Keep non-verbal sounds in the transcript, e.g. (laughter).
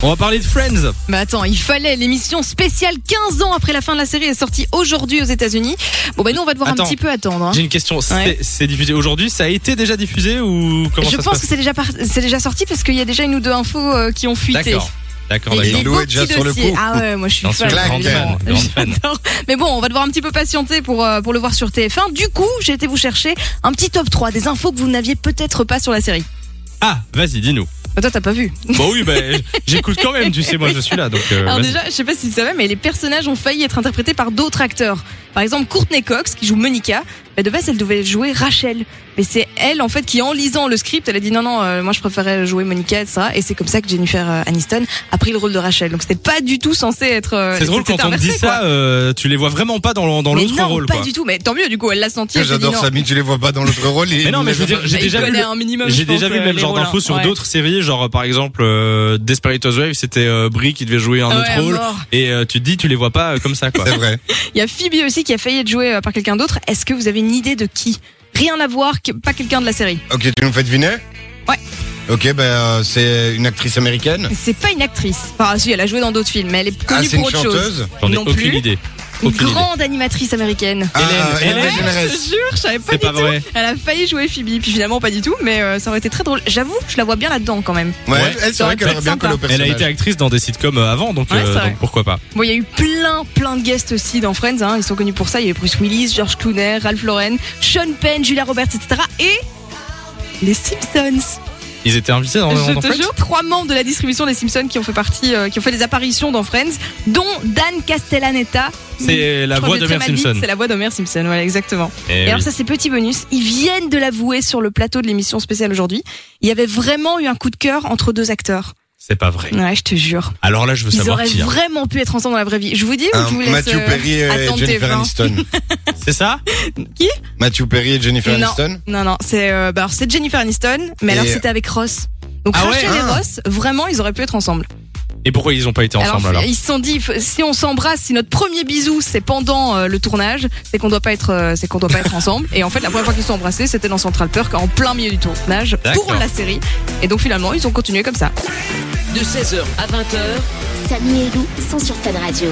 On va parler de Friends. Mais Bah attends, il fallait l'émission spéciale 15 ans après la fin de la série est sortie aujourd'hui aux États-Unis. Bon ben nous on va devoir Attends. un petit peu attendre. hein. J'ai une question. C'est- Ouais. C'est diffusé aujourd'hui Ça a été déjà diffusé ou comment ça Je se pense passe que c'est déjà par- c'est déjà sorti parce qu'il y a déjà une ou deux infos euh, qui ont fuité. D'accord. D'accord, Et d'accord. des Lou beaux est déjà petits sur le dossiers. coup. Ah ouais, moi je suis J'en suis fan. Claire, grande fan. clairement. grande fan. J'adore. Mais bon, on va devoir un petit peu patienter pour, euh, pour le voir sur TF1. Du coup, j'ai été vous chercher un petit top 3 des infos que vous n'aviez peut-être pas sur la série. Ah, vas-y, (laughs) dis-nous. Bah, toi, t'as pas vu. Bon oui, bah, j'écoute quand même, tu sais, moi je suis là. Donc, euh, Alors vas-y. déjà, je sais pas si tu savais, mais les personnages ont failli être interprétés par d'autres acteurs. Par exemple, Courtney Cox, qui joue Monica, bah, de base, elle devait jouer Rachel. Mais c'est elle, en fait, qui, en lisant le script, elle a dit non, non, euh, moi je préférais jouer Monica, etc. Et c'est comme ça que Jennifer euh, Aniston a pris le rôle de Rachel. Donc c'était pas du tout censé être... euh, c'est drôle c'était quand on te inversé, dit quoi. ça, euh, tu les vois vraiment pas dans, dans Mais l'autre non, rôle. pas quoi. du tout. Mais tant mieux, du coup, elle l'a senti. elle s'est dit J'adore non. Samy, tu les vois pas dans l'autre rôle. et Mais non, mais je veux dire, les- j'ai Il déjà vu connaît le- un minimum, J'ai je pense, déjà vu le euh, même les genre rôles, d'infos hein. sur Ouais. d'autres séries, genre par exemple euh, Desperate Housewives, c'était euh, Brie qui devait jouer un Ah autre ouais, à rôle, mort. et euh, tu te dis tu les vois pas euh, comme ça (laughs) quoi. C'est vrai. Il y a Phoebe aussi qui a failli être jouée euh, par quelqu'un d'autre. Est-ce que vous avez une idée de qui Rien à voir, que- pas quelqu'un de la série. Ok, tu nous fais deviner Ouais. Ok, ben euh, c'est une actrice américaine. C'est pas une actrice. Enfin, si, elle a joué dans d'autres films, mais elle est Ah, connue c'est pour une autre chose. chanteuse. J'en ai Non aucune plus. idée. Une Aucune idée. grande animatrice américaine. Ah, Hélène, je Hélène te Généresse. jure, je savais pas C'est du pas tout. vrai. Elle a failli jouer Phoebe, puis finalement pas du tout, mais euh, ça aurait été très drôle. J'avoue, je la vois bien là-dedans quand même. Ouais, Ouais. elle, c'est vrai qu'elle Ça aurait bien aurait pu collé au être Elle a personnage. été actrice dans des sitcoms euh, avant, donc, Ouais, euh, c'est donc vrai. pourquoi pas. Bon, il y a eu plein, plein de guests aussi dans Friends. Hein. Ils sont connus pour ça. Il y a eu Bruce Willis, George Clooney, Ralph Lauren, Sean Penn, Julia Roberts, etc. Et les Simpsons. Ils étaient invités dans, Je dans te Friends jure, trois membres de la distribution des Simpsons qui ont fait partie, euh, qui ont fait des apparitions dans Friends, dont Dan Castellaneta. C'est la Je voix crois que j'ai d'Homer très mal dit, Simpson. C'est la voix d'Homer Simpson, voilà, exactement. Eh Et, oui. alors ça, c'est petit bonus. Ils viennent de l'avouer sur le plateau de l'émission spéciale aujourd'hui. Il y avait vraiment eu un coup de cœur entre deux acteurs. C'est pas vrai. Ouais, je te jure. Alors là, je veux Ils savoir auraient qui. hein. vraiment pu être ensemble dans la vraie vie. Je vous dis ou je vous Hein, laisse Matthew euh, Perry et attendre Jennifer TF1? Aniston. (laughs) C'est ça Matthew Perry et Jennifer Non. Aniston. Non, non, c'est euh, bah, alors, c'est Jennifer Aniston, mais Et- alors c'était avec Ross. Donc Ah ouais, Rachel et ah. Ross, vraiment, ils auraient pu être ensemble. Et pourquoi ils ont pas été ensemble alors, ils se sont dit, f- si on s'embrasse, si notre premier bisou c'est pendant euh, le tournage, c'est qu'on doit pas être, euh, c'est qu'on doit pas être ensemble. Et en fait, la première fois qu'ils se sont embrassés, c'était dans Central Perk, en plein milieu du tournage pour D'accord. la série. Et donc finalement, ils ont continué comme ça. De 16h à 20h, Samy et Lou sont sur Fan Radio.